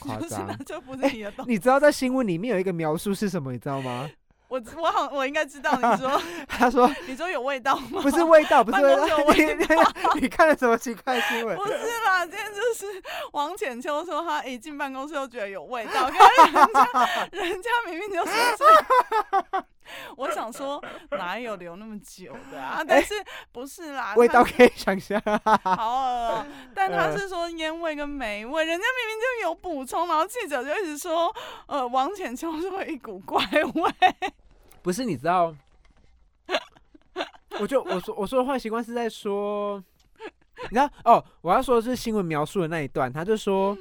夸不是张 哎那。就不是你的洞。你知道在新闻里面有一个描述是什么，你知道 吗？我我好我应该知道你 说他说你说有味道吗？不是味道， 不是味办道，公室有你 你你看了什么奇怪的新闻不？是啦，今天就是王浅秋说他一进办公室就觉得有味道，可是人 家人家明明就是这。 我想说哪有留那么久的啊？但是不是啦？哎味他道可以想象，好恶哦、但他呃是说烟味跟霉味，人家明明就有补充，然后记者就一直说，呃，王浅秋说一股怪味， 不是你知道？ 我就我说我说的坏习惯是在说，你知道哦，我要说的是新闻描述的那一段，他就说。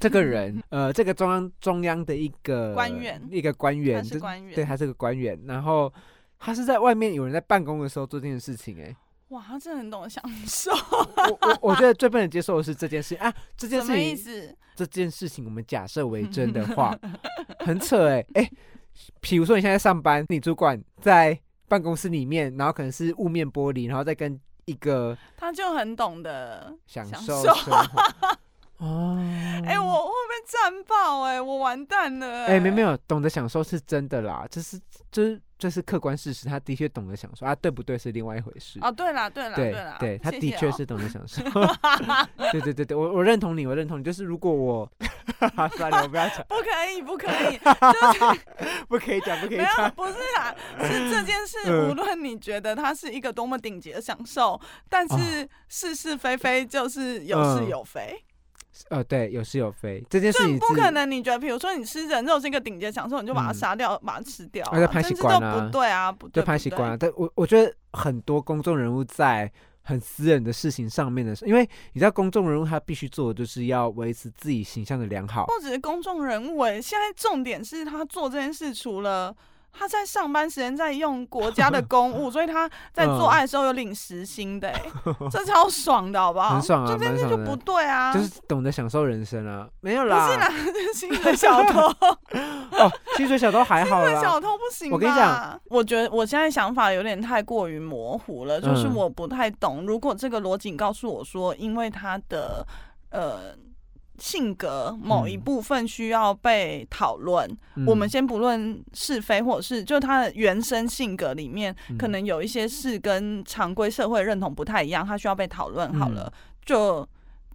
这个人， 呃，这个中央中央的一个官员一个官员，他是这官对员。他是个官员，然后他是在外面有人在办公的时候做这件事情、欸，哇，他真的很懂享受，我我我觉得最不能接受的是这件事啊，这件什事么意情思？这件事情我们假设为真的话，很扯哎、欸、哎、比如说你现在上班，你主管在办公室里面，然后可能是雾面玻璃，然后再跟一个他就很懂得享享受受生活 哦，哎、我我会被战爆哎、我完蛋了哎、哎、没有没有，懂得享受是真的啦，这是这是这是客观事实，他的确懂得享受啊，对不对是另外一回事。哦，对啦对啦对啦，对，他谢的谢确哦是懂得享 受。对对对对，我我认同你，我认同你。就是如果 我，算了，我不要讲，不可以不可 以，就是不可以讲，不可以没有讲。不是啦，是这件事，嗯无论你觉得它是一个多么顶级的享受，但是是是非非就是有是啊嗯有非，呃，对，有是有非，这件事这情不是可能。你觉得，比如说你吃人肉是一个顶级的享受，你就把它嗯杀掉，把它吃掉、啊就啊，拍甚习至惯都啊不对啊，不就对，拍不习对惯了。但我我觉得很多公众人物在很私人的事情上面的时候，因为你知道公众人物他必须做的就是要维持自己形象的良好。不只是公众人物、欸，现在重点是他做这件事，除了他在上班时间在用国家的 公务，所以他在嗯做爱的时候有领时薪的、欸，这超爽的好不好？很爽啊就这件事就蛮不爽的对啊，就是懂得享受人生啊，没有不是啦啦，，是薪水小 偷，哦，薪水小偷还 好薪水啦，小偷不行。我跟你讲，我觉得我现在想法有点太过于模糊了，就是嗯我不太懂，如果这个逻辑告诉我说，因为他的呃。性格某一嗯部分需要被讨论，嗯我们先不论是非，或者是就他的原生性格里面，嗯可能有一些事跟常规社会认同不太一样，他需要被讨论。好了，嗯就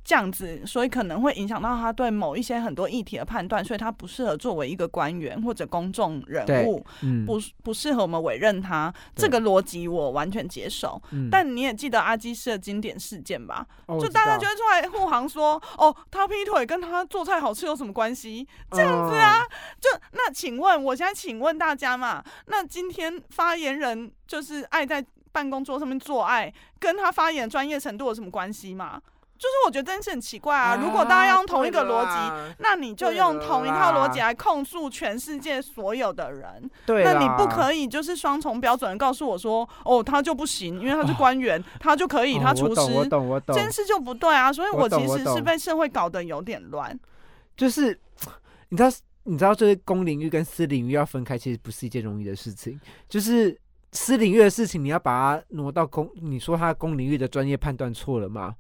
这样子，所以可能会影响到他对某一些很多议题的判断，所以他不适合作为一个官员或者公众人对物，嗯不不适合我们委任他。这对个逻辑我完全接受。嗯但你也记得阿基师的经典事件吧？哦我就知大家道就会出来护航说，哦，他劈腿跟他做菜好吃有什么关系？这样子啊嗯，就那请问，我现在请问大家嘛，那今天发言人就是爱在办公桌上面做爱，跟他发言专业程度有什么关系嘛？就是我觉得真是很奇怪啊！如果大家要用同一个逻辑，，那你就啊对用了同一套啦逻辑来控诉全世界所有的人，对啦，那你不可以就是双重标准地告诉我说，哦，他就不行，因为他是官员，他就可以，哦他厨我师，懂，我懂，我懂，真是就不对啊！所以我我其懂我实是懂被社会搞得有点乱。就是你知道，你知道，就是公领域跟私领域要分开，其实不是一件容易的事情。就是私领域的事情，你要把它挪到公，你说他公领域的专业判断错了吗？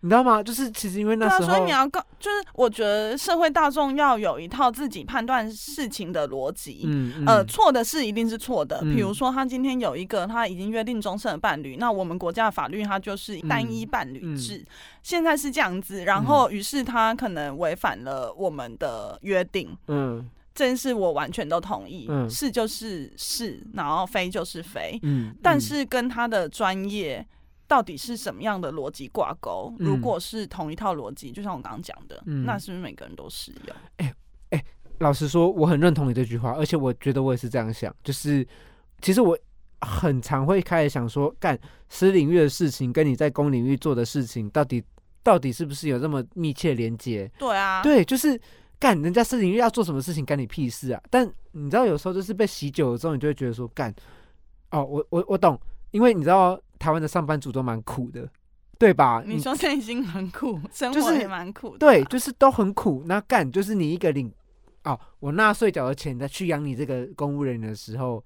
你知道吗？就是其实因为对那啊，时所以候你，要告，就是我觉得社会大众要有一套自己判断事情的逻辑。嗯嗯呃，错的事一定是错的。嗯比如说，他今天有一个他已经约定终身的伴侣，那我们国家的法律它就是单嗯一伴侣制，现在是这样子。然后，于是他可能违反了我们的约定，嗯这件事我完全都同意。嗯是就是是，然后非就是非。嗯，但嗯是跟他的专业到底是什么样的逻辑挂钩？嗯如果是同一套逻辑，就像我刚刚讲的，嗯那是不是每个人都适用？老实说，我很认同你这句话，而且我觉得我也是这样想，就是其实我很常会开始想说，干私领域的事情跟你在公领域做的事情，到底到底是不是有这么密切连接？对啊，对，就是干人家私领域要做什么事情，干你屁事啊！但你知道，有时候就是被洗久了之后，你就会觉得说，干哦，我我我懂，因为你知道台湾的上班族都蛮苦的，对吧？你说内心很苦，生就活是也蛮苦的、对，，就是都很苦。那干就是你一个领哦，我纳税缴的钱再去养你这个公务人员的时候，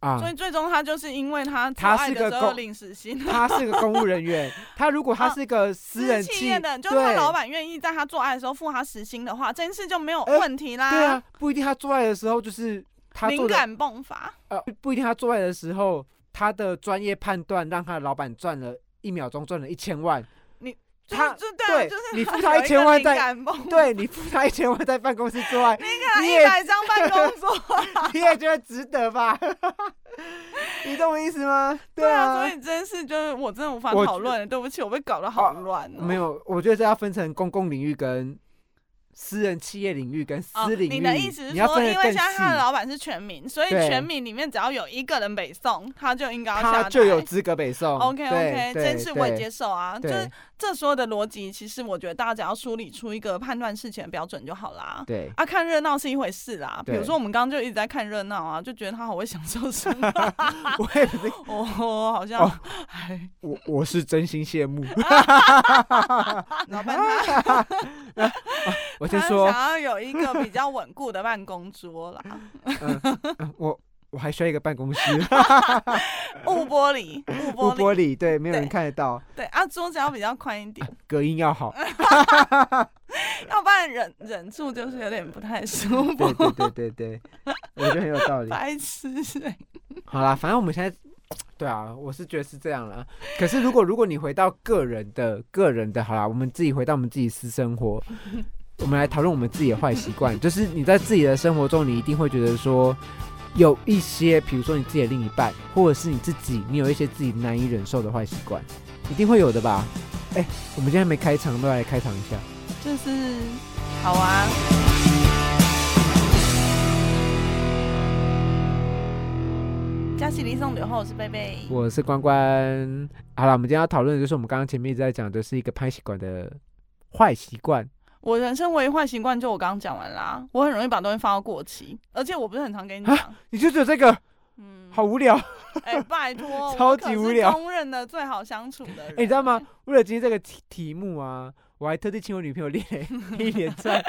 啊所，以最终他就是因为他做他爱是的个时候公领时薪，他是个公务人员，他如果他啊是个私人是企业的，就是他对老板愿意在他做爱的时候付他时薪的话，这件事就没有哎问题啦。对啊，不一定他做爱的时候就是他灵做的，感迸发，呃，不一定他做爱的时候他的专业判断让他的老板赚了一秒钟赚了一千万，就他是就对啊，对就是你付有他一一千万在，在灵感迸对你付他一千万在办公室做 爱，发你一也百张办公桌，你也觉得值得吧？ 你懂我意思吗？对啊，所啊，以这件事就是我真的无法我讨觉论了，对不起，我被搞得好乱哦。没有，我觉得这要分成公共领域跟私人企业领域跟哦私领域，你的意思是要说，分因得为更现在他的细，老板是全民，所以对全民里面只要有一个人北宋，他就应该要下他台。就有资格北宋。 OK 对 OK，对这件事我也对接受啊。就对是这所有的逻辑，其实我觉得大家只要梳理出一个判断事情的标准就好啦。对，啊，看热闹是一回事啦。比对如说我们刚刚就一直在看热闹啊，就觉得他好会享受生 活。啊我也不是，哦，好像哦哎，我我是真心羡 慕。老板他 我先他说，想要有一个比较稳固的办公桌啦，嗯我我还需要一个办公室， 雾玻璃，雾无玻璃，玻璃，对，没有人看得到，对啊，桌子要比较宽一点。隔音要好。啊要不然忍忍住就是有点不太舒服，对对对对对，我觉得很有道理。 白痴、欸。好啦，反正我们现在，对啊，我是觉得是这样啦。可是如果如果你回到个人的个人的，好啦，我们自己回到我们自己私生活，我们来讨论我们自己的坏习惯，就是你在自己的生活中，你一定会觉得说。有一些，比如说你自己的另一半，或者是你自己，你有一些自己难以忍受的坏习惯，一定会有的吧？哎、我们今天没开场，都来开场一下。就是好啊，加西离送酒后，我是贝贝。我是关关。好了，我们今天要讨论的就是我们刚刚前面一直在讲的是一个拍习惯的坏习惯。我人生唯一坏习惯就我刚刚讲完啦，我很容易把东西放到过期，而且我不是很常跟你讲。你就只有这个，嗯，好无聊。哎、拜托， 我超可级是无聊公认的最好相处的人。哎、 你知道吗？啊为了今天这个题题目啊，我还特地请我女朋友列一连串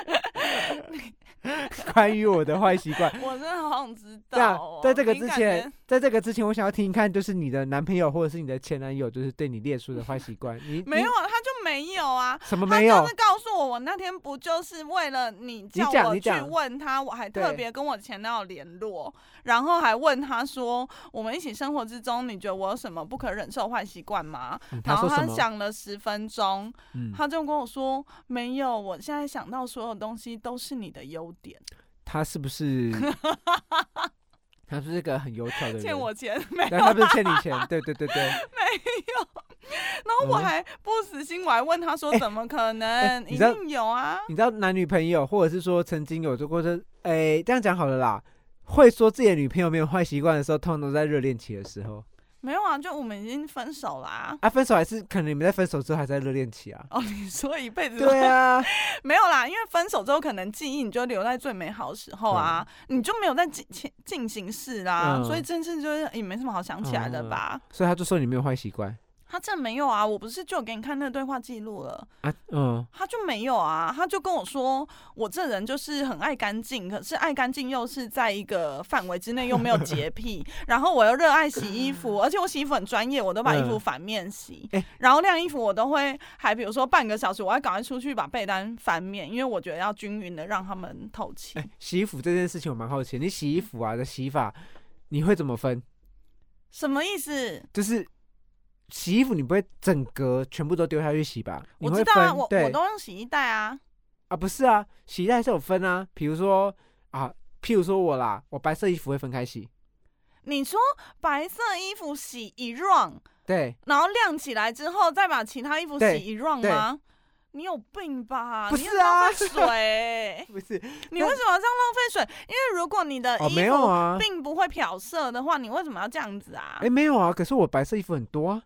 关于我的坏习惯。我真的好想知这样道、哦。啊在这个你之感前觉，在这个之前，我想要听一看，就是你的男朋友或者是你的前男友，就是对你列出的坏习惯。 你没你有啊，他就没有啊。什么他哦没有就是？告诉我，我那天不就是为了你叫讲我你去讲问他，我还特对别跟我前男友联络，然后还问他说，我们一起生活之中，你觉得我有什么不可忍受的坏习惯吗？嗯他然后说他什么？想了十分钟，嗯，他就跟我说，没有，我现在想到所有东西都是你的优点，他是不 是？他是不是个很油条的人？欠 我钱没对，他不是欠你钱，对对对对。然后我嗯还不死心，我还问他说，哎怎么可能？你一知道定有啊。你知道男女朋友，或者是说曾经有做过这，哎、这样讲好了啦。会说自己的女朋友没有坏习惯的时候，通常都在热恋期的时候没有啊，就我们已经分手啦、啊。分手还是可能你们在分手之后还在热恋期啊？哦， 你说一辈子都对啊，没有啦，因为分手之后可能记忆你就留在最美好的时候啊，你就没有在进进进行式啦，嗯所以真是就是也没什么好想起来的吧。 所以他就说你没有坏习惯他真的没有啊，我不是就给你看那个对话记录了，啊。嗯，他就没有啊，他就跟我说我这人就是很爱干净，可是爱干净又是在一个范围之内，又没有 洁癖，然后我又热爱洗衣服，而且我洗衣服很专业，我都把衣服嗯反面洗，哎然后晾衣服我都会还比如说半个小时，我要赶快出去把被单翻面，因为我觉得要均匀的让他们透气。洗衣服这件事情我蛮好奇，你洗衣服啊的洗法，你会怎么分？什么意思？就是洗衣服你不会整格全部都丢下去洗吧？你我会知分道啊，我我对都用洗衣袋啊。啊，不是啊，洗衣袋是有分啊。比如说啊，譬如说我啦，我白色衣服会分开洗，你说白色衣服洗一 round，对。然后晾起来之后再把其他衣服洗对一 round 对吗？你有病吧？不你是很浪啊费水 欸不是你为什么要这样浪费水？因为如果你的哦，没呃衣有服啊，并不会漂色的话，你为什么要这样子啊哎、？没有啊。可是我白色衣服很多啊，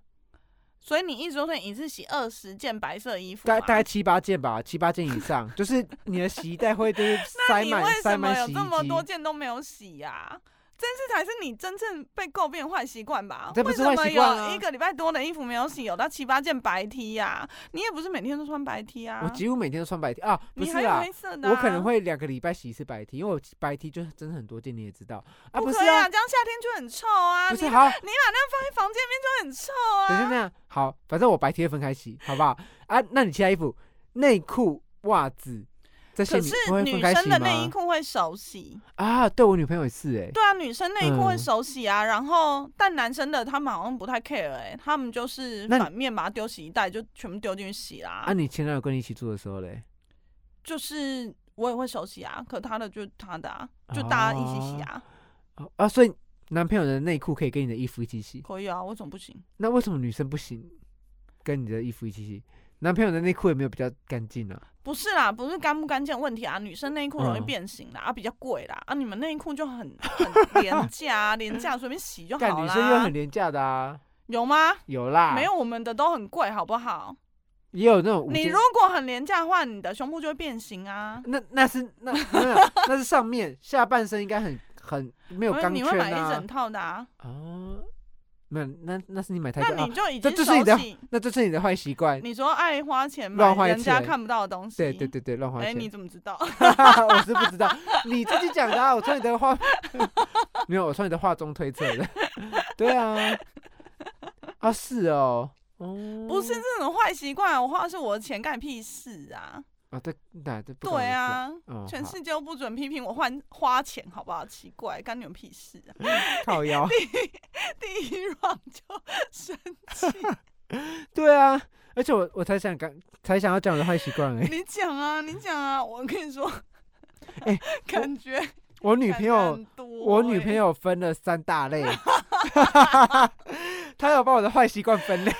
所以你一直说你一次洗二十件白色衣服啊大吗，概大概七八件吧，七八件以上， 就是你的洗衣袋会就是塞你满为塞什么满有洗衣这么多机。件都没有洗呀、但是才是你真正被诟病的坏习惯吧？这不为是什坏么习惯啊有一个礼拜多的衣服没有洗，有到七八件白 T 呀、你也不是每天都穿白 T 啊，我几乎每天都穿白 T 啊，不你是还有啦黑，色的、啊，我可能会两个礼拜洗一次白 T，因为我白 T 就真的很多件，你也知道啊，不不是可以啊，这样夏天就很臭啊，不是你好，你把那放在房间里面就很臭等一下啊。那样好，反正我白 T 分开洗，好不好？啊，那你其他衣服，内裤、袜子这些可你是不会分女开生洗的内衣吗？裤会手洗，啊，对我女朋友也是哎、对啊，女生内衣裤会嗯手洗啊。然后，但男生的他们好像不太 care 哎、他们就是那你反面把它丢洗衣袋，就全部丢进去洗啦。啊，你前男友跟你一起住的时候嘞，就是我也会手洗啊，可他的就他的啊，就大家一起洗啊，哦啊，所以男朋友的内裤可以跟你的衣服一起洗，可以啊，为什么不行？那为什么女生不行跟你的衣服一起洗？男朋友的内裤有没有比较干净啊？不是啦，不是干不干净的问题啊，女生内衣裤容易嗯变形啦，啊比较贵啦，啊你们内衣裤就很很廉价、啊，廉价随便洗就干好女生又啦很。廉价的啊，有吗？有啦，没有，我们的都很贵，好不好？也有那种五你金如果很廉价的话，你的胸部就会变形啊。那那是那没有那是上面下半身应该很很没有因为钢你圈会买一啊整套的啊，啊，没有那那是你买太多那啊你，就已这经这是手你的洗。那这是你的坏习惯。你说爱花钱买乱花人家钱看不到的东西，对对。对对，乱花哎，钱，你怎么 知道？我是不知道，你自己讲的啊，我从你的话 没有，我从你的话中推测的， 对啊，啊是哦，哦不是这种坏习惯，我花的是我的钱，干你屁事啊！啊，对，那这不关我对的事，啊，哦，全好世界都不准批评我换花钱，好不好？奇怪，干你们屁事啊！ 靠腰，第一 round 就生 气，对啊，而且我我才想刚才想要讲我的坏习惯而已。你讲啊，你讲啊！我跟你说， 哎 感觉我女感朋觉友很多我女朋欸，友分了三大 类， 她有把我的坏习惯分类，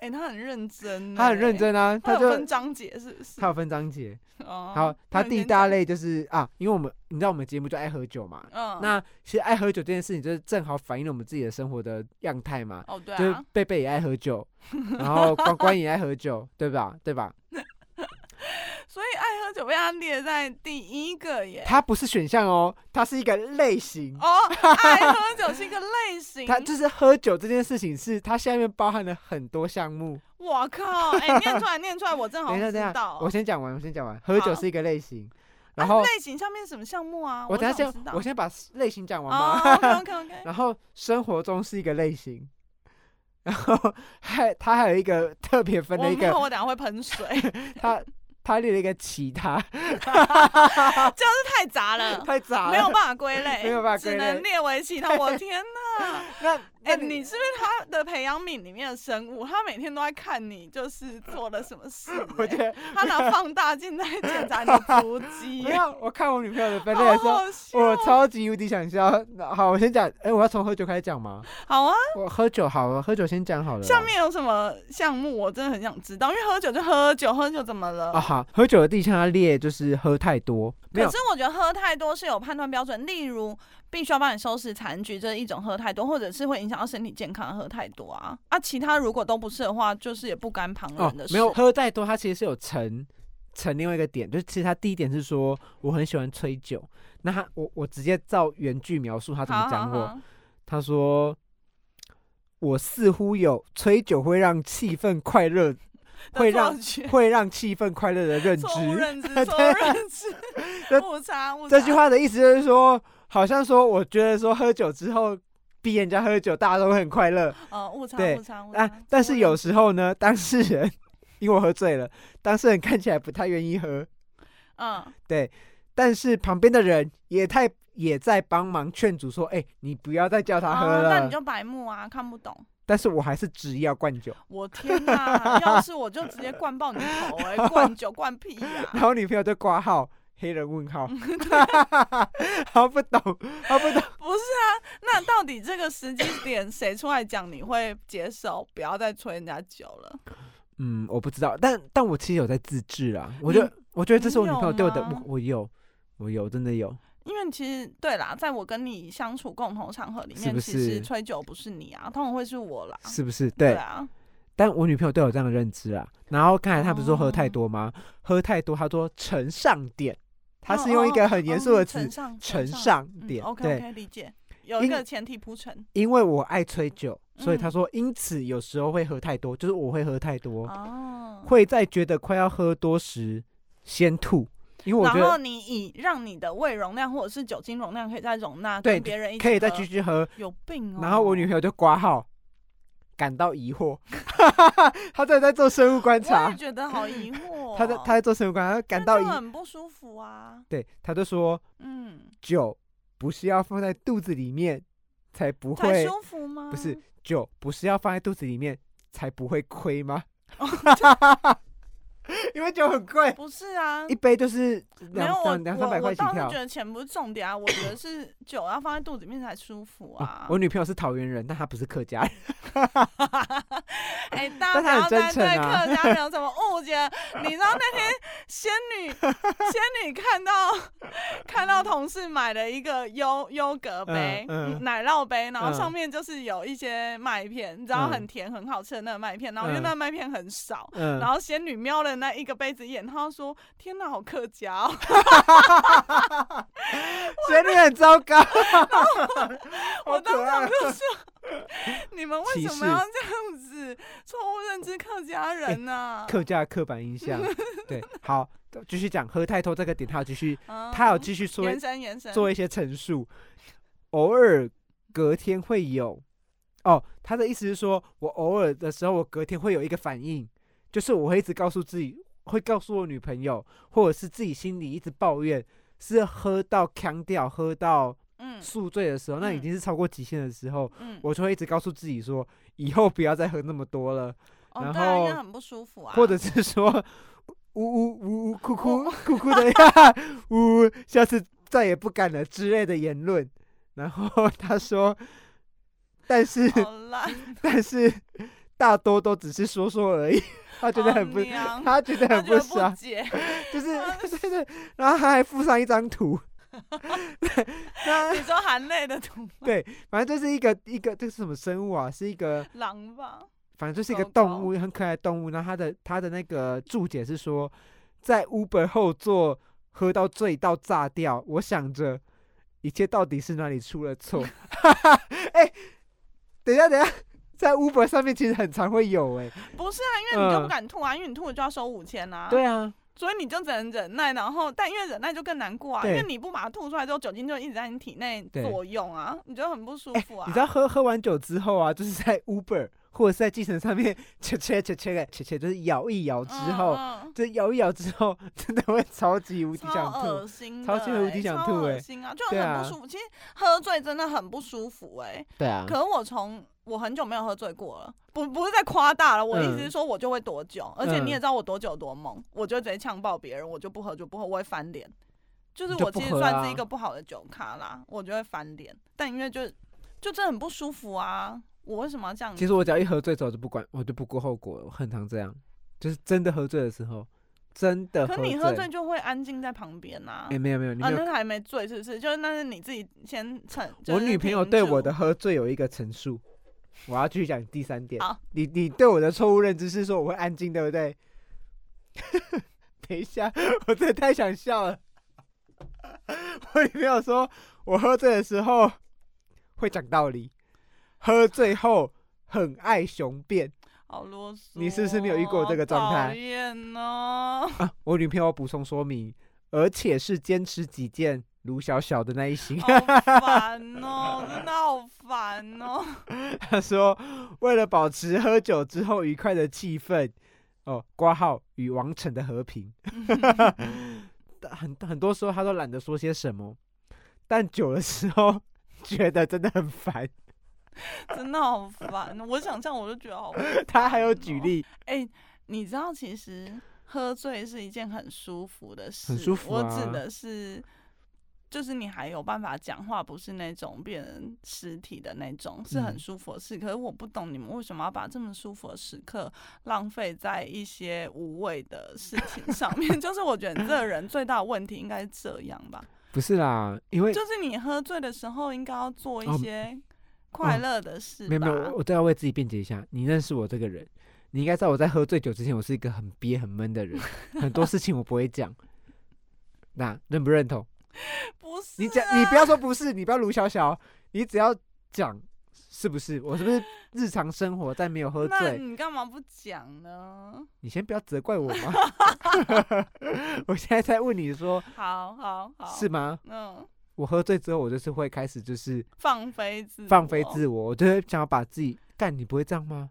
哎，她很认真，欸她很认，真啊，她她有就分章节是不是她？有分章节。哦好，她那你第一先大讲类就是啊，因为我们你知道我们节目就爱喝酒嘛，嗯，那其实爱喝酒这件事情就是正好反映了我们自己的生活的样态嘛，哦对就是啊，贝贝也爱喝 酒，然后关关也爱喝酒， 对吧？对吧？所以爱喝酒被她列在第一个耶。它不是选项哦，它是一个类型。哦，爱 喝酒是一个类型。它就是喝酒这件事情，是它下面包含了很多项目。我靠！哎、念出来，念出来，哦我正好等一下，像知等一下道，。我先讲完，我先讲完。喝酒好是一个类型，啊然后类型上面什么项目啊？我等怎下么先知道？我先把类型讲完哦吧。 ，OK OK OK。 然后生活中是一个类型， 然后还他还有一个特别分我了一没个有，，我等下会 喷水，他他列了一个其他， 太杂了，太杂没有了。办法归类，没有办法只归类能列为其他。我的天哪！那那哎、你是 不是他的培养皿里面的生物？他每天都在看你，就是做了什么事、我觉哎得他拿放大镜在检查你的足 迹欸没， 有，我看我女朋友的分类的好时候，好笑。我超级无敌想笑。那好，我先讲，哎，我要从喝酒开始讲吗？好啊，我喝酒好了，喝酒先讲好了啦。下面有什么项目？我真的很想知道，因为喝酒就喝酒，喝酒怎么了？啊好，喝酒的第一项他列就是喝太多，没有可是我觉得喝太多是有判断标准，例如必须要帮你收拾残局，这是一种喝太多，或者是会影响到身体健康，喝太多啊啊，其他如果都不是的话，就是也不干旁哦人的，事。没有喝再多，它其实是有成成另外一个点，就是其实它第一点是说我很喜欢吹酒，那他我我直接照原句描述他怎么好讲好我，好，他说我似乎有吹酒会让气氛快乐，会让 会让气氛快乐的认知错。误认 知，对错误 认知，这误差误差。这句话的意思就是说，好像说我觉得说喝酒之后逼人家喝酒，大家都会很快乐。呃误差对误差误差啊，但错是误有认知时候呢，当事人因为我喝醉了，当事人看起来不太愿意喝，嗯但是旁边的人也太也在帮忙劝阻说：“哎、你不要再叫他喝啊，那了。你就啊白目啊，看不懂。但是我还是执意要灌酒， 我天哪！要是我就直接灌爆你头哎、灌酒灌屁呀、 然后女朋友就挂号，黑人问 号， 他不懂，他不懂，不是啊，那到底这个时机点谁出来讲你会接受？不要再吹人家酒了。嗯，我不知道，但但我其实有在自制啊，我觉得我觉得这是我你女朋有友对我的吗，哦我我有，我有真的有，因为其实对啦，在我跟你相处共同场合里面，是不其实是吹酒不是你啊，通常会是我啦。是不是？对对，啊，但我女朋友对我有这样的认知啊。然后刚才她不是说喝哦太多吗？喝太多，她说呈上点，她是用一个很严肃的哦哦词呈上呈上上点嗯、，OK 对， OK 理解。有一个前提铺陈因为我爱吹酒，所以嗯他说，因此有时候会喝太多，就是我会喝太多，哦。会在觉得快要喝多时先吐，因为我觉然后得你以让你的胃容量或者是酒精容量可以再容纳，对跟别人一起可以再喝继续喝。有病哦。然后我女朋友就挂号，感到疑惑， 她在在做生物观我察也，觉得好疑惑、哦，她在她在做生物观察，她感那到这疑样，很不舒服啊。对，她就说嗯，酒不是要放在肚子里面才不才会，舒服吗？不是酒不是要放在肚子里面才不会亏吗？哦 因为酒很 贵，不是啊一，杯就是没两有我三两三百我块我起倒是跳觉。得钱不是重点啊，我觉得是酒要放在肚子里面才舒服哦啊。我女朋友是桃园人，但她不是客家人。 哎、大但他很家不要再真诚对啊客家人有什 么误解？你知道那天仙女仙女看到看到同事买了一个优优格杯、嗯嗯奶酪杯，然后嗯上面就是有一些麦片，你知道嗯很甜很好吃的那个麦片，然后因为嗯那个麦片很少。嗯，然后仙女瞄了那一个杯子一眼，她说：“天哪，好客家哦！”旋律很糟 糕。我好当可场爱啊就说：“ 你们为歧什么视要这样子错误认知客家人呢、客家的刻板印 象。对，好，继续讲喝太多这个点，他有继续，啊？”他有继续说延伸延伸，做一些陈述，偶尔隔天会有。哦，他的意思是说，我偶尔的时候，我隔天会有一个反应，就是我会一直告诉自己，会告诉我女朋友，或者是自己心里一直抱怨，是喝到腔掉、喝到嗯宿醉的时候，那已嗯经是超过极限的时候，嗯，我就会一直告诉自己说，以后不要再喝那么多了。哦，然对啊，应该后很不舒服啊。或者是说呜呜呜呜哭哭哭哭的呀，呜，下次再也不敢了之类的言论。然后他说，但是、 好烂，但是大多都只是说说而已，他觉得好很不，娘他觉得哦他很觉得爽不，解，就是 对对对，然后他还附上一张图， 那你说含泪的图吗对，反正就是一个一个这是什么生物啊？是一个狼吧？反正就是一个狗动物，很可爱的动物。然后它的它的那个注解是说，在 Uber 后座喝到醉到炸掉，我想着一切到底是哪里出了错。 哎、等一下，等一下，在 Uber 上面其实很常会有哎、不是啊，因为你就不嗯敢吐啊，因为你吐了就要收五千啊。，对啊，所以你就只能忍耐，然后但因为忍耐就更难过啊，因对为你不把它吐出来之后，酒精就一直在你体内对哎作用啊，你就很不舒服啊。你知道喝喝完酒之后啊，就是在 Uber 或者是在计程上面 切切切切的切切，就是咬一咬之后，嗯就咬一咬之后， 真的会超级无嗯敌想超恶吐。心的超欸，级无敌想超吐恶欸心啊，就对很啊不舒服。其实喝醉真的很不舒服哎，对啊可我从我很久没有喝醉过了，不不是在夸大了，我的意思是嗯说我就会躲酒，而且嗯你也知道我躲酒多猛，我就直接呛爆别人，我就不喝就不喝，我会翻脸。就是你就我不其实喝算啊是一个不好的酒咖啦，我就会翻脸，但因为就就真的很不舒服啊，我为什么要这样？其实我只要一喝醉之后，我就不管，我就不顾后果了，我很常这样，就是真的喝醉的时候，真的可醉。你喝醉就会安静在旁边呐、啊哎、。没有没有，你啊，没有。那个还没醉是不是？就是那是你自己先逞。就我是女朋友停对住我的喝醉有一个陈述，我要继续讲第三点好。你你对我的错误认知是说我会安静，对不对？ 等一下，我真的太想笑了。我女朋友说，我喝醉的时候会讲道理，喝醉后很爱雄辩。好啰嗦，你是不是没有遇过这个状态讨厌哦。啊，我女朋友补充说明，而且是坚持己见，卢小小的那一哦型。好烦哦，真的好烦哦。 她说，为了保持喝酒之后愉快的气氛，哦，挂号与王晨的和平。很很多时候她都懒得说些什么，但久的时候觉得真的很烦。真的好烦哦。我想象我就觉得好烦。她还有举例，哎、你知道其实喝醉是一件很舒服的事，很舒服我啊指的是。就是你还有办法讲话，不是那种变成尸体的那种，是很嗯舒服的事。可是我不懂你们为什么要把这么舒服的时刻浪费在一些无谓的事情上面。 就是我觉得你这个人最大的问题应该是这样吧。不是啦，因为就是你喝醉的时候，应该要做一哦些快乐的事没吧？有没有，我我都要为自己辩解一下。你认识我这个人，你应该知道我在喝醉酒之前，我是一个很憋很闷的人，很多事情我不会讲。那认不认同？ 不是是、啊，你讲，你不要说不是，你不要卢小小，你只要讲是不是？我是不是日常生活但没有喝那醉？你干嘛不讲呢？你先不要责怪我 嘛。 我现在在问你说好好好，是吗？嗯，我喝醉之后，我就是会开始就是放飞自放飞我自我，我就会想要把自己干。你不会这样吗？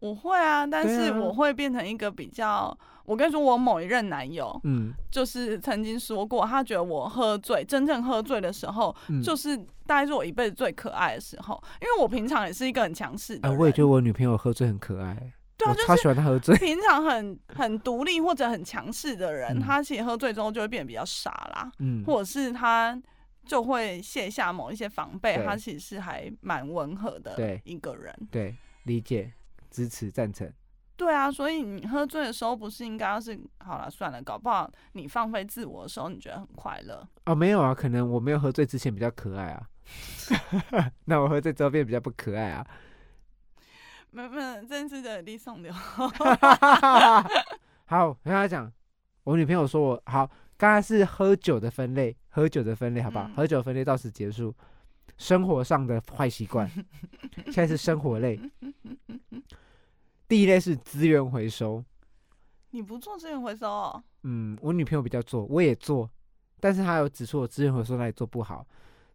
我会啊，但对是啊我会变成一个比较，我跟你说，我某一任男友嗯就是曾经说过，他觉得我喝醉，真正喝醉的时候，嗯，就是大概是我一辈子最可爱的时候，因为我平常也是一个很强势的啊，人，我也觉得我女朋友喝醉很可爱，对啊，我就超是喜欢她喝醉。 平常很很独立或者很强势的人，嗯他其实喝醉之后就会变得比较傻啦，嗯，或者是他就会卸下某一些防备对，他其实是还蛮温和的对一个人。对，理解、支持、赞成。对啊，所以你喝醉的时候不是应该要是好了算了，搞不好你放飞自我的时候你觉得很快乐。哦，没有啊，可能我没有喝醉之前比较可爱 啊，那我喝醉之后变比较不可爱啊。没有没有，真是的李送流。 好，我跟他讲，我女朋友说我好，刚才是喝酒的分类，喝酒的分类好不好？嗯喝酒分类到此结束。生活上的坏习 惯，现在是生活类。 第一类是资源回收，你不做资源回收、哦，嗯，我女朋友比较做，我也做，但是她有指出我资源回收哪里做不好。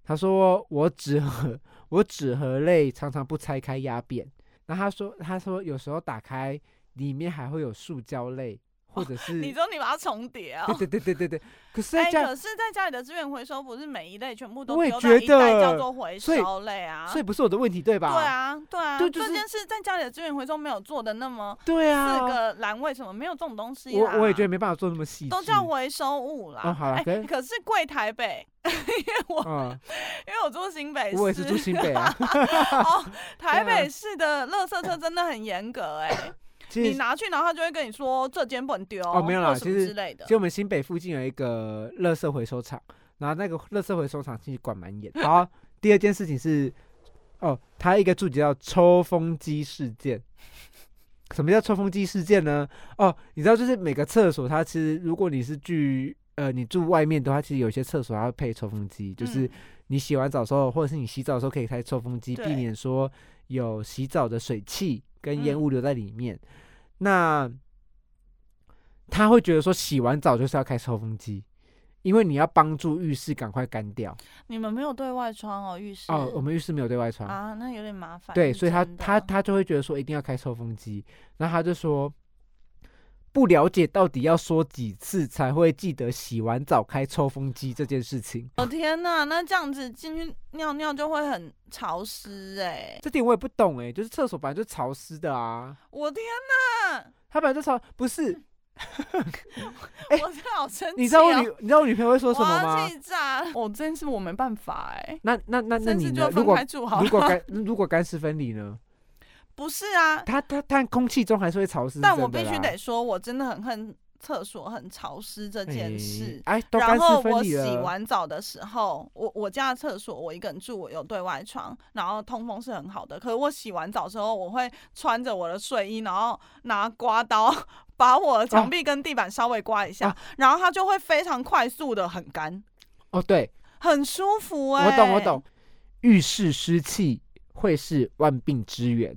她说我纸盒，我纸盒类常常不拆开压扁。那她说，她说有时候打开里面还会有塑胶类，或者是、哦你说你把它重叠哦。对对对对对嗯 对。可是哎、在家，可是在家里的资源回收不是每一类全部都我也丢到一袋觉得叫做回所以收类啊？所以不是我的问题对吧？对，啊，对啊，对就是这件事在家里的资源回收没有做的那么对四啊。个栏位什么没有这种东西啦我我也觉得没办法做那么细致。都叫回收物啦。哦好啦哎可可是贵台北，嗯，因为我住新北市，我也是住新北 啊。 哦，台对啊北市的垃圾车真的很严格哎、 其你实，拿去，然后他就会跟你说这间不能丢哦没有啦或什么其实之类的其。实我们新北附近有一个垃圾回收厂，然后那个垃圾回收厂其实管蛮严。 好，第二件事情是，哦，它一个注解叫抽风机事件。什么叫抽风机事件呢？哦，你知道，就是每个厕所它其实，如果你是居呃你住外面的话，其实有些厕所它会配抽风机，就是嗯你洗完澡的时候，或者是你洗澡的时候可以开抽风机，避对免说有洗澡的水汽跟烟嗯雾留在里面。那他会觉得说，洗完澡就是要开抽风机，因为你要帮助浴室赶快干掉。你们没有对外窗哦，浴室哦，我们浴室没有对外窗，啊，那有点麻烦。对，是所以他真的他他就会觉得说一定要开抽风机，然后他就说不了解到底要说几次才会记得洗完澡开抽风机这件事情。我、天呐，那这样子进去尿尿就会很潮湿哎、这点我也不懂哎、就是厕所本来就潮湿的啊，我天呐，它本来就潮，不是？啊哎我真的好生气、哦你知道我女你知道我女朋友会说什么我要吗？气炸！哦，这件事我没办法哎、那那那那甚你至呢就？如分果开住好如果了。干如果干湿分离呢？ 不是啊，它它但空气中还是会潮湿，但是我真的必须啦得说，我真的很恨厕所很潮湿这件事。哎，哎都干然后湿分我离洗了。完澡的时候，我我家的厕所我一个人住，我有对外窗，然后通风是很好的。可是我洗完澡之后，我会穿着我的睡衣，然后拿刮刀把我哦的墙壁跟地板稍微刮一下，啊然后它就会非常快速的很干，哦，对，很舒服哎、我懂，我懂。。浴室湿气会是万病之 源，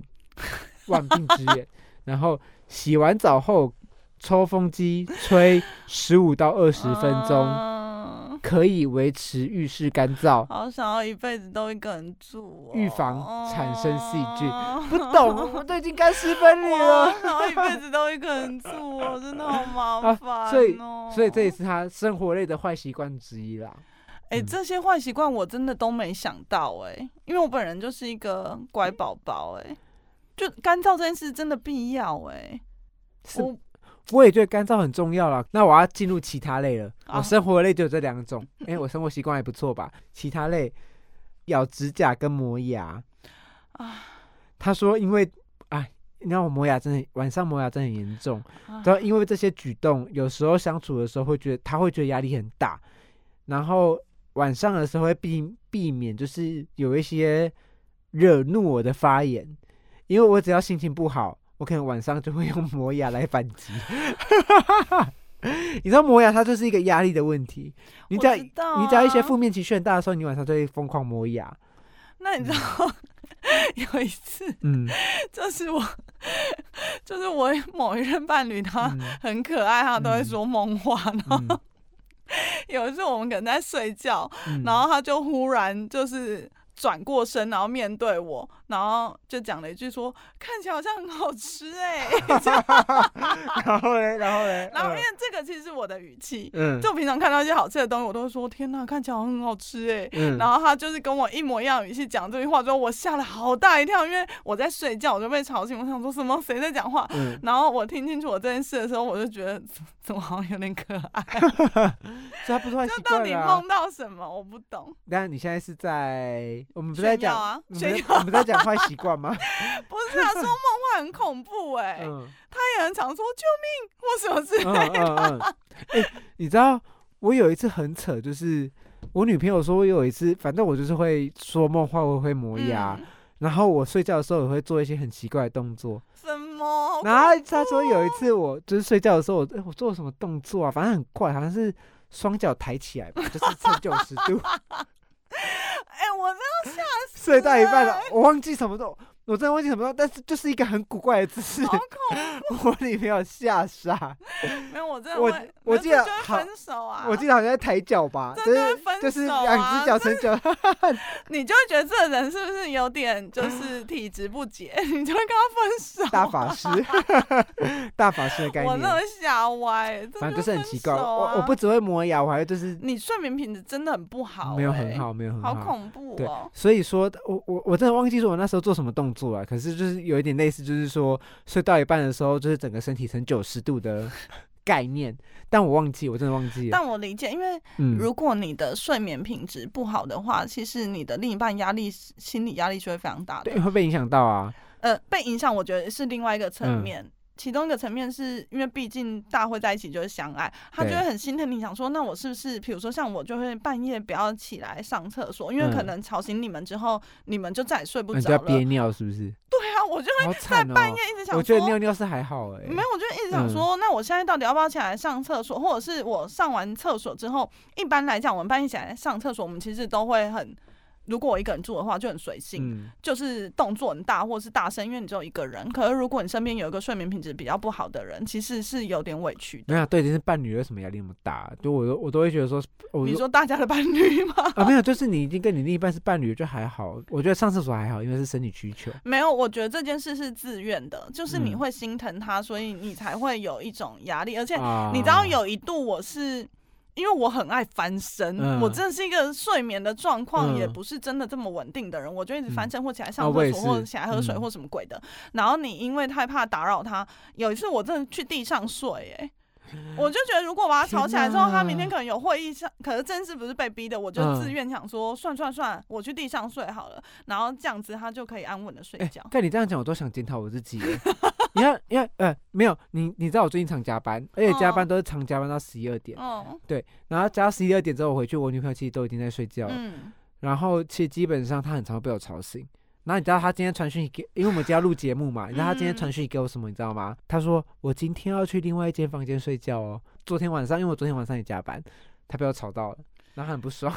万病之源。然后洗完澡后，抽风机吹十五到二十分 钟，嗯可以维持浴室干燥。好想要一辈子都一个人住、哦，预防产生细菌哦不懂，我都已经干湿分离哇了。好想要一辈子都一个人住、哦，真的好 麻烦、哦啊所以所以这也是他生活类的坏习惯之一啦。哎、嗯这些坏习惯我真的都没想到哎、因为我本人就是一个乖宝宝哎，就干燥这件事真的必要哎、是我我也觉得干燥很重要啦。那我要进入其他类了。好我生活类就有这两种， 哎、我生活习惯还不错吧？其他类咬指甲跟磨牙啊他说因为哎，你看我磨牙真的晚上磨牙真的很严重，啊然后因为这些举动，有时候相处的时候会觉得他会觉得压力很大，然后晚上的时候会避避免就是有一些惹怒我的发言，因为我只要心情不好，我可能晚上就会用磨牙来反击。 你知道磨牙它就是一个压力的问题，你只要、我知道啊你只要一些负面情绪很大的时候，你晚上就会疯狂磨 牙。那你知道、 有一次， 嗯，就是我，就是我某一任伴侣，他嗯很可爱，他都会嗯说梦话。然后嗯有一次我们可能在睡觉，嗯然后他就忽然就是转过身，然后面对我，然后就讲了一句说：“看起来好像很好吃 哎、然后嘞，然后嘞，然后嗯因为这个其实是我的语气，嗯，就平常看到一些好吃的东西，我都会说：“天哪，看起来好像很好吃哎、嗯然后他就是跟我一模一样的语气讲这句话之后，我吓了好大一跳，因为我在睡觉，我就被吵醒。我想说什么？谁在讲话？嗯，然后我听清楚我这件事的时候，我就觉得 怎怎么好像有点可爱。所以他不是坏习就到惯底啦。梦到什么，我不懂。但你现在是在我们不是在炫耀讲，啊，我们炫在耀我们在讲坏习惯 吗？不 是啊，说梦话很恐怖哎、嗯他也很常说救命或什么之类嗯嗯嗯。哎，你知道我有一次很扯，就是我女朋友说，我有一次，反正我就是会说梦话，我会磨牙，嗯然后我睡觉的时候也会做一些很奇怪的动作。什么？然后她说哦有一次我就是睡觉的时候，我、哎我做了什么动作啊？反正很怪，好像是双脚抬起来吧，就是撑九十度。哎、我真睡到一半了，我忘记什么都，我真的忘记什么都，但是就是一个很古怪的姿势好， 我女朋友吓傻。的没有，我真的我会我没有记这得就会好分手啊，我记得好像在抬脚吧，就真的是会分手啊，就是两只脚撑脚，你就会觉得这个人是不是有点就是 体质不解，你就会跟他分手。大法 师， 大法师的概我真念。的吓歪，反正就是很奇怪，分手啊我我不只会磨牙，我还就是你睡眠品质真的很不好、欸没有很，好，没有很好好。恐怖对哦。所以说，我我我真的忘记说我那时候做什么动作了、啊可是就是有一点类似，就是说睡到一半的时候，就是整个身体呈九十度的概念，但我忘记，我真的忘记了。但我理解，因为嗯，如果你的睡眠品质不好的话，其实你的另一半压力、心理压力是会非常大对，的。会被影响到啊。呃，被影响，我觉得是另外一个层嗯面。其中一个层面是因为毕竟大家会在一起就是相爱，他就对会很心疼你，想说那我是不是，比如说像我就会半夜不要起来上厕所，因为可嗯能吵醒你们之后，你们就再也睡不那你着就要了。憋尿是不是？ 对啊，我就好在惨哦！半夜一直想说，我觉得尿尿是还好哎、没有，我就一直想嗯说，那我现在到底要不要起来上厕所，或者是我上完厕所之后，一般来讲，我们半夜起来上厕所，我们其实都会很，如果我一个人住的话，就很随性，嗯就是动作很大或者是大声，因为你只有一个人。可是如果你身边有一个睡眠品质比较不好的人，其实是有点委屈的。没有，对，就是伴侣为什么压力那么大？就我都我都会觉得说，我你都说大家的伴侣吗？ 啊没有，就是你已经跟你另一半是伴侣就还好，我觉得上厕所还好，因为是生理需 求。没有，我觉得这件事是自愿的，就是你嗯会心疼他，所以你才会有一种压力，而且啊你知道有一度我是。因为我很爱翻身，嗯我真的是一个睡眠的状况嗯也不是真的这么稳定的人，我就一直翻身或起来啊上我厕也所、或是起来喝水嗯或什么鬼的。然后你因为太怕打扰他，有一次我真的去地上睡、欸，我就觉得如果把他吵起来之后，天哪他明天可能有会议上，可是真是不是被逼的，我就嗯自愿想说，算算算，我去地上睡好了，然后这样子他就可以安稳的睡哎觉。，跟你这样讲，我都想检讨我自己 了。你看，因为呃，没有你，你知道我最近常加班，而且加哦班都是常加班到十一二点，嗯然后加到十一二点之后我回去，我女朋友其实都已经在睡觉了。嗯，然后其实基本上他很常会被我吵醒。然后你知道他今天传讯息给，因为我们今天要录节目嘛，你知道他今天传讯息给我什么？你知道吗？他说我今天要去另外一间房间睡觉哦。昨天晚上，因为我昨天晚上也加班，他被我吵到了，然后他很不爽。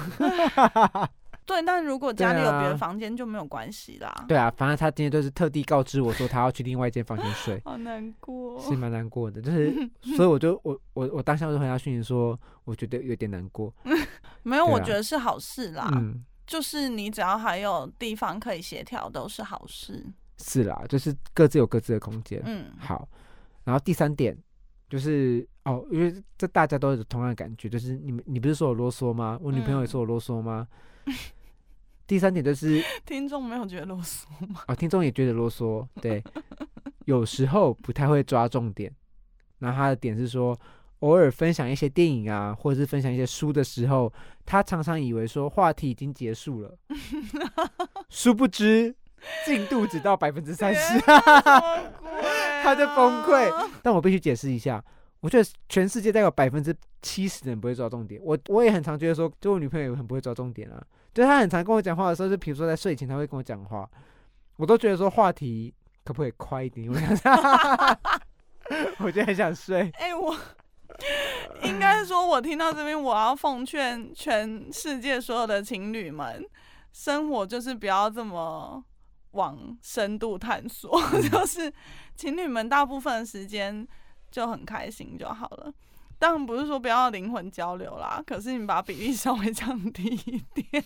对。但如果家里有对啊别的房间就没有关系啦。，对啊，反正他今天就是特地告知我说他要去另外一间房间睡好难过。是蛮难过的。就是，所以我就我我我当下我就回他讯息说，我觉得有点难过。没有，对我啊觉得是好事啦。嗯，就是你只要还有地方可以协调，都是好事。是啦，就是各自有各自的空间。嗯，好，然后第三点就是哦，因为这大家都有同样的感觉，就是你们你不是说我啰嗦吗？我女朋友也嗯说我啰嗦吗？ 第三点就是听众没有觉得啰嗦 吗？哦，听众也觉得啰嗦，对，有时候不太会抓重点。然后他的点是说，偶尔分享一些电影啊，或者是分享一些书的时候，他常常以为说话题已经结束了，殊不知进度只到百分之三十天。哪什么鬼啊他就崩溃。但我必须解释一下，我觉得全世界大概有百分之七十的人不会抓重点。我我也很常觉得说，就我女朋友也很不会抓重点啊。就是她很常跟我讲话的时候，就比如说在睡前，她会跟我讲话，我都觉得说话题 可不可以快一点？我想，我就很想睡。哎、我 应该说，我听到这边，我要奉劝全世界所有的情侣们，生活就是不要这么往深度探索， 就是情侣们大部分的时间就很开心就好了。当然不是说不要灵魂交流啦，可是你把比例 稍微降低一点，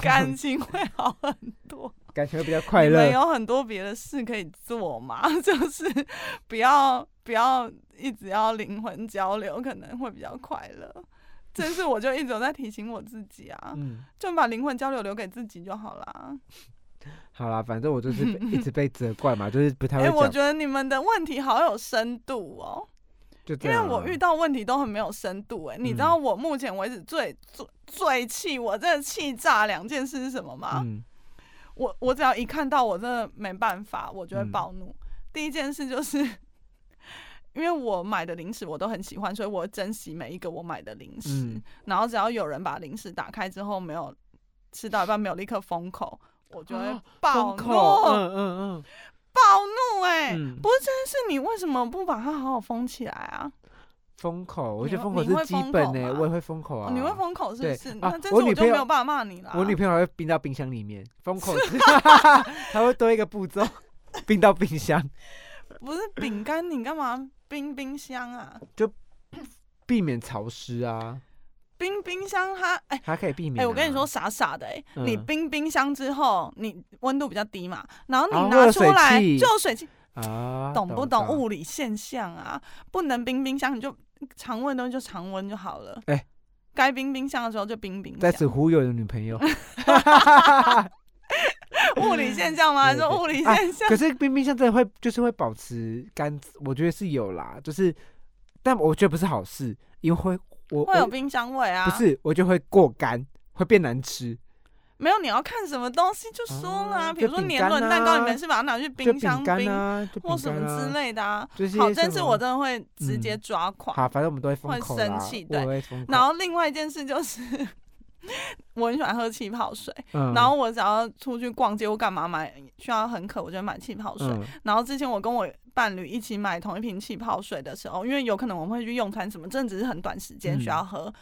感情会好很多。感觉比较快你们乐。有很多别的事可以做嘛， 就是不要不要一直要灵魂交流，可能会比较快乐。这是我就一直有在提醒我自己啊，嗯，就把灵魂交流留给自己就好啦。好啦，反正我就是被一直被责怪嘛，就是不太哎、会我讲。觉得你们的问题好有深度哦，就因这为样啊。嗯我遇到问题都很没有深度、哎、你知道我目前为止最最最气，我真的气炸两件事是什么吗？嗯我我只要一看到我真的没办法，我就会嗯暴怒。第一件事就是，因为我买的零食我都很喜欢，所以我珍惜每一个我买的零食。嗯然后只要有人把零食打开之后没有吃到一半没有立刻封口，我就会啊封暴怒，口嗯嗯暴怒哎、嗯嗯，不是这件事，你为什么不把它好好封起来啊？封口，我你觉得会封口你会是基封本口呢，吗我也会封口哦啊。你会？封口是不对是？啊那这次我女我就朋没友有办法骂你啦。我女朋友还会冰到冰箱里 面，封口是，还会多一个步骤，冰到冰箱，不是饼干，你干嘛冰冰箱啊？避免潮湿啊，冰冰箱它哎、还可以避哎、免啊。我跟你说傻傻的、哎、嗯你冰冰箱之后，你温度比较低嘛，然后啊会你拿有出水来汽就有水汽，啊，懂不懂懂？物理现象啊？不能冰冰箱，你就常温的东西就常温就好了。哎该冰冰箱的时候就冰冰在箱。此忽悠你女 朋友。物理现象吗？还是对对物理啊现象？可是冰冰箱真的会，就是会保持干，我觉得是有啦，就是，但我觉得不是好事，因为会我会有我冰箱味啊？不，是，我就会过干，会变难吃，没有，你要看什么东西就说啦。啊比如就说饼年干轮蛋糕，啊你们是把它拿去就冰箱饼干冰、啊，就或饼什干么之啊，类的啊。就是好，一些但什是么我真的会直接嗯抓狂。好，反正我们都会封口啦，会生气我对也会封口，然后另外一件事就是，我很喜欢喝气泡水。嗯然后我只要出去逛街或干嘛买需要很渴，我就会买气泡水。嗯然后之前我跟我伴侣一起买同一瓶气泡水的时候，因为有可能我们会去用餐什么，真的只是很短时嗯间需要喝。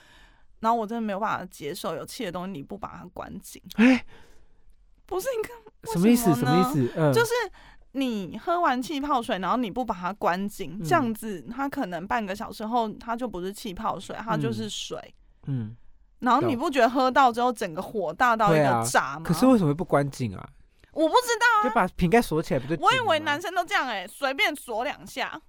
然后我真的没有办法接受有气的东西你不把它关紧，哎，不是你看为什么意什思？么什么意呢思？嗯，就是你喝完气泡水，然后你不把它关紧，嗯这样子它可能半个小时后它就不是气泡水，它就嗯是水。嗯，然后你懂不觉得喝到之后整个火大到会一个啊炸吗？可是为什么不关紧啊？我不知道，就把瓶盖锁起来不就紧了吗？啊我以为男生都这样哎、随便锁两下，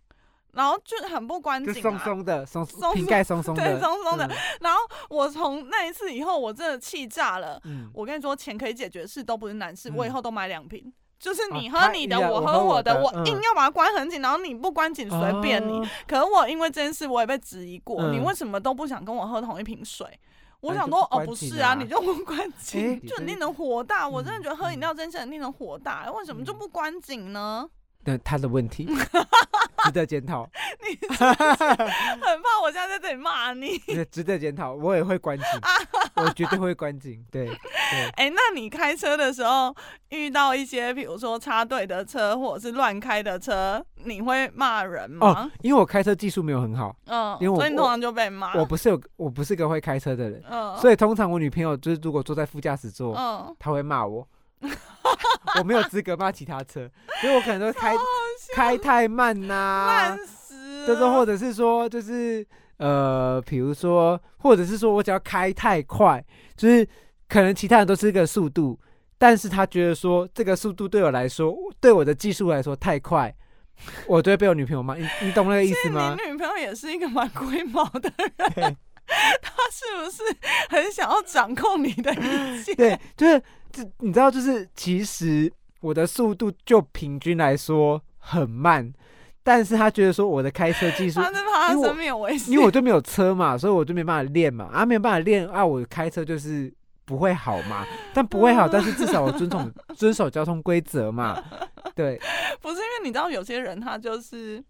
然后就很不关就紧松啊。松的，松松瓶盖松松对的，松松的嗯，然后我从那一次以后，我真的气炸了。嗯，我跟你说，钱可以解决的事都不是难事，嗯我以后都买两瓶。就是啊你他喝你的，一样我我喝喝我的，的我嗯硬要把它关很紧，然后你不关紧随便你。啊可是我因为这件事，我也被质疑过，嗯你为什么都不想跟我喝同一瓶水？我那你想就说，不哦，关不紧是啊，啊你就不关紧，哎就你令这人火大。我真的嗯觉得喝嗯饮料这件事很令人火大，哎为什么就嗯不关紧呢？ 那他的问题值得检讨，很怕我现在在这里骂你。 值值得检讨，我也会关紧，啊我绝对会关紧，对对，哎、那你开车的时候遇到一些，比如说插队的车或者是乱开的车，你会骂人吗哦？因为我开车技术没有很好，嗯，因为我所以你通常就被骂。我不是有我不是个会开车的人，嗯，所以通常我女朋友就是如果坐在副驾驶座，嗯，她会骂 我。我没有资格骂其他车，所以我可能都开开啊太慢呐、烂哦死了。就是或者是说，就是呃，比如说，或者是说我只要开太快，就是可能其他人都是一个速度，但是他觉得说这个速度对我来说，对我的技术来说太快，我就会被我女朋友骂。你你懂那个意思吗？ 你女朋友也是一个蛮龟毛的人，对 她是不是很想要掌控你的一切？对，就是这，你知道，就是其实我的速度就平均来说很慢，但是他觉得说我的开车技术她是怕她因为我生命有危险。因为我就没有车嘛，所以我就没办法练嘛，啊，没有办法练啊，我开车就是不会好嘛，但不会好，但是至少我遵从遵守交通规则 嘛，对， 不是因为你知道有些人他就是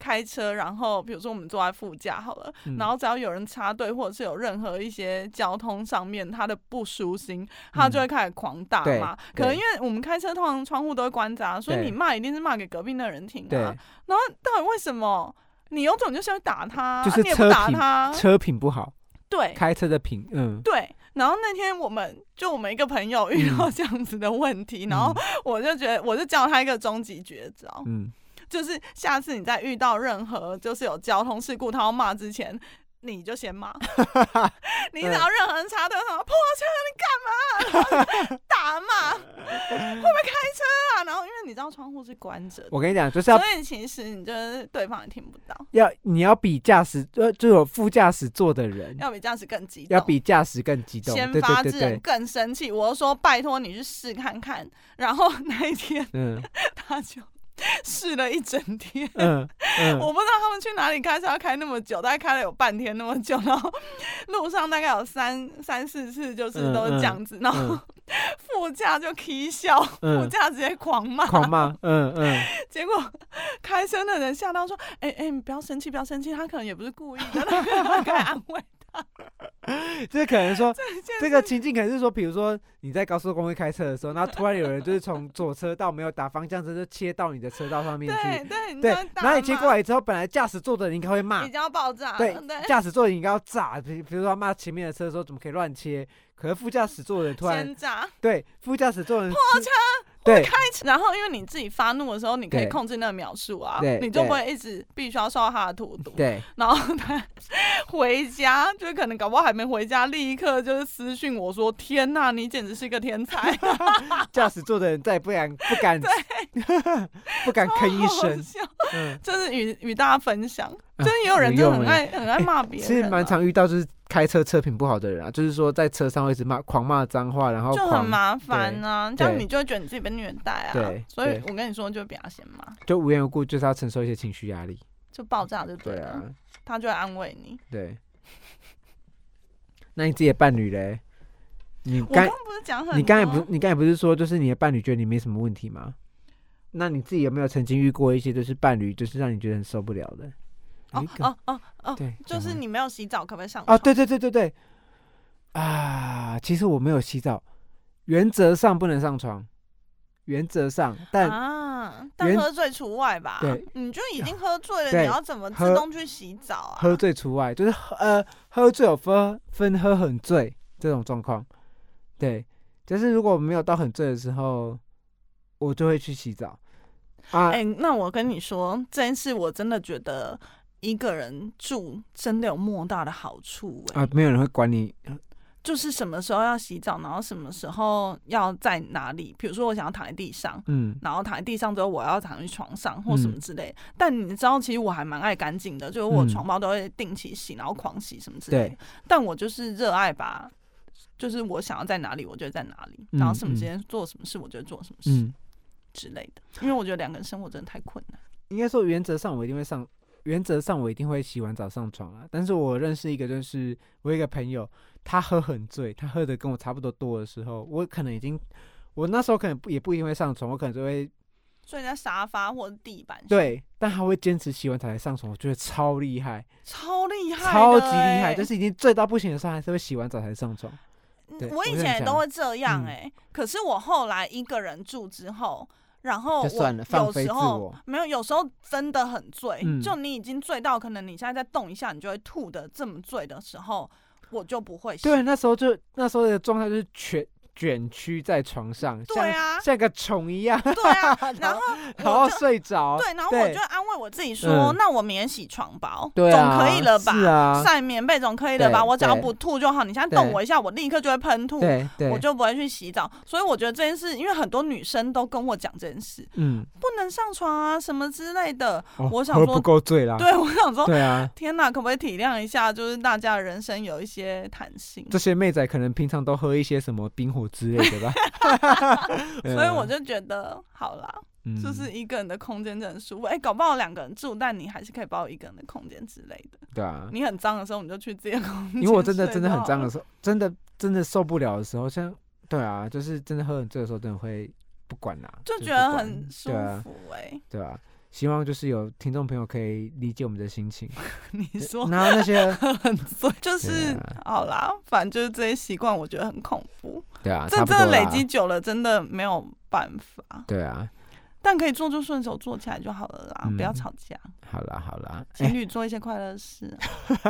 开车，然后比如说我们坐在副驾好了，嗯然后只要有人插队或者是有任何一些交通上面他的不舒心，他就会开始狂大对骂。嗯对可能因为我们开车通常窗户都会关着啊，所以对你骂一定是骂给隔壁那人听对，啊。到底为什么？你有种就下去打他，就是啊你也不车打品他，车品不好，对开车的品，嗯，对。然后那天我们就我们一个朋友遇嗯到这样子的问题，然后我就觉得我就教他一个终极绝招，嗯，就是下次你再遇到任何就是有交通事故，他要骂之前，你就 先骂。嗯你只要任何人插队，什么破车，你干嘛？然后 就打骂，会不会开车啊？然后因为你知道窗户是关着的，我跟你讲，就是要所以其实你就是对方也听不到，要你要比驾驶呃，就有副驾驶座的人要比这样子更激动，嗯要比驾驶更激动，先对发对制对人对，更生气。我就说拜托你去试看看。然后那一天嗯他就 试了一整天。嗯嗯， 我不知道他们去哪里开车要开那么久，大概开了有半天那么久，然后路上大概有三三四次，就是都是这样子，然后嗯 副驾就 k 笑，嗯副驾直接狂骂，狂骂，嗯嗯， 结果开车的人吓到说：“哎、哎、你不要生气，不要生气，他可能也不是 故意的，他该安慰。这可能说”件 这个情境可能是说，比如说你在高速公路开车的时候，然后突然有人就是从左车道没有打方向灯就切到你的车道上面对去，对，你对知道，大然后你切骂过来之后，本来驾驶座的人应该会骂已，经要爆炸了，对对，驾驶座的人应该要炸，比比如说他骂前面的车说怎么可以乱切，可是副驾驶座的人突然 先炸。对副驾驶座的人破车，对然后因为你自己发怒的时候，你可以对控制那个秒数啊对，你就对不会一直必须要受到他的荼毒。对，然后他 回家，就是可能搞不好还没回家，立刻就是私讯我说：“天呐，你简直是一个天 才驾驶座的人再也不敢不敢不！”敢吭一 好好声，笑嗯，就是与与大家分享，啊真的也有人有真的用很爱很爱骂别人、啊，其实蛮常遇到就是开车车品不好的人啊，就是说在车上会一直骂狂骂脏话，然后就很狂麻烦啊，这样对你就会觉得你自己被虐待啊。对所以对我跟你说，就比他先骂，就无缘无故就是要承受一些情绪压力，就爆炸就对了，啊，他就会安慰你。对。 那你自己的伴侣嘞？你我刚刚刚不是讲很你刚才多不是你刚才不是说，就是你的伴侣觉得你没什么问题吗？那你自己有没有曾经遇过一些就是伴侣就是让你觉得很受不了的？有哦一个哦哦哦，对，就讲是完你没有洗澡，可不可以上啊，床？对对对对对，啊，其实我没有洗澡，原则上不能上床，原则上，但啊，但原喝醉除外吧。对，你就已经喝醉了，对你要怎么自喝动去洗澡啊？喝醉除外，就是喝呃喝醉有分分喝很醉这种状况，对，就是如果没有到很醉的时候，我就会去洗澡啊，哎、那我跟你说这件事，我真的觉得一个人住真的有莫大的好处、哎、啊，没有人会管你，就是什么时候要洗澡，然后什么时候要在哪里。比如说，我想要躺在地上。嗯，然后躺在地上之后，我要躺在床上或什么嗯之类。但你知道，其实我还蛮爱干净的，就是我嗯床包都会定期洗，然后狂洗什么之类的。但我就是热爱把，就是我想要在哪里，我就在哪里，然嗯后什么时嗯间做什么事，我就做什么事嗯，之类的。因为我觉得两个人生活真的太困难。应该说原则上我一定会上，原则上我一定会洗完澡上床啊。但是我认识一个，就是我有一个朋友，他喝很醉，他喝的跟我差不多多的时候，我可能已经，我那时候可能不也不一定会上床，我可能就会睡在沙发或者地板上，，对，但他会坚持洗完澡才上床，我觉得超厉害，超厉害的欸，超级厉害，就是已经醉到不行的时候，还是会洗完澡才上床。对嗯我以我跟你前也都讲会这样嗯哎、可是我后来一个人住之后。然后我就算了放有飞时自候我没有，有时候真的很醉，嗯就你已经醉到可能你现在再动一下，你就会吐的这么醉的时候，我就不会洗。对，那时候就那时候的状态就是卷卷曲在床上，对像啊像个虫一样，对啊，然后然我后就睡着。对，然后我对就安慰我自己说，嗯那我明天洗床包，对总啊，可以了吧？是啊，晒棉被总可以了吧？对我只要对不吐就好。你现在动对我一下，我立刻就会喷吐。对对，我就不会去洗澡。所以我觉得这件事，因为很多女生都跟我讲这件事，嗯，不能上床啊什么之类的。哦我想喝说不够醉啦。对哦我想说，对啊，天哪，可不可以体谅一下？就是大家的人生有一些弹性，这些妹仔可能平常都喝一些什么冰火之类的吧。 所以我就觉得好啦，嗯就是一个人的空间真的很舒服。哎、搞不好两个人住，但你还是可以包一个人的空间之类的。对啊，你很脏的时候，你就去自己的空 间。因为我真的真的很脏的。时候，真的真的受不了的时候，像对啊，就是真的喝很醉的时候，真的会不管啦，就是觉不得管很舒对啊，服哎、 对啊。希望就是有听众朋友可以理解我们的心情，你说然后那 些很醉，就对是啊好啦，反正就是这些习惯，我觉得很恐怖。对啊，这差真不多的累啦积久了，真的没有办法。对啊，但可以做就顺手做起来就好了啦，嗯不要吵架。好啦好 啦，哎、情侣做一些快乐的事 啊，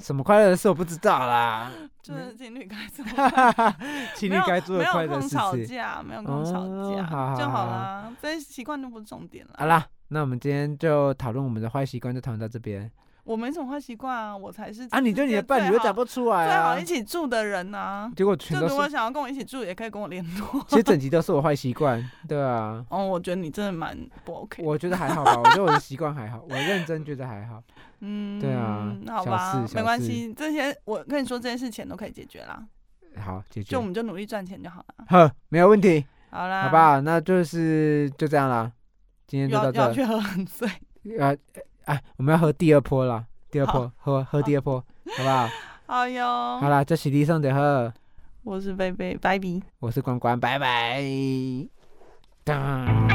什么快乐的事我不知道 啦。就是情侣该做嗯 情没侣有该做没的有快乐空事吵情。架，没有空吵哦架、好就好好好啊啦。这些习惯都不是重点好啦。啦，那我们今天就讨论我们的坏习惯，就讨论到这边我没什么坏习惯啊，我才是啊。你对你的世界伴侣最都好讲不出来最好啊一，起住的人啊。结果全就都如果是，想要跟我一起住，也可以跟我联络。其实整集都是我坏习惯，对啊。哦，我觉得你真的蛮不 OK。我觉得还好吧，我觉得我的习惯还好，我认真觉得还 好。嗯，对啊好小吧事，小没关事系，这些我跟你说，这些事钱都可以解决啦，好，解决就我。们就嗯努力赚钱就好了。呵，没有问题，好啦，好不，好？那就是就这样啦，今天又就到要又要这。去喝很醉。啊，哎，我们要喝第二波啦，第二好波喝喝第二波，好不好？哎呦，好啦，这是李上的喝，我是贝贝，拜拜。 我是关关，拜拜。当。啊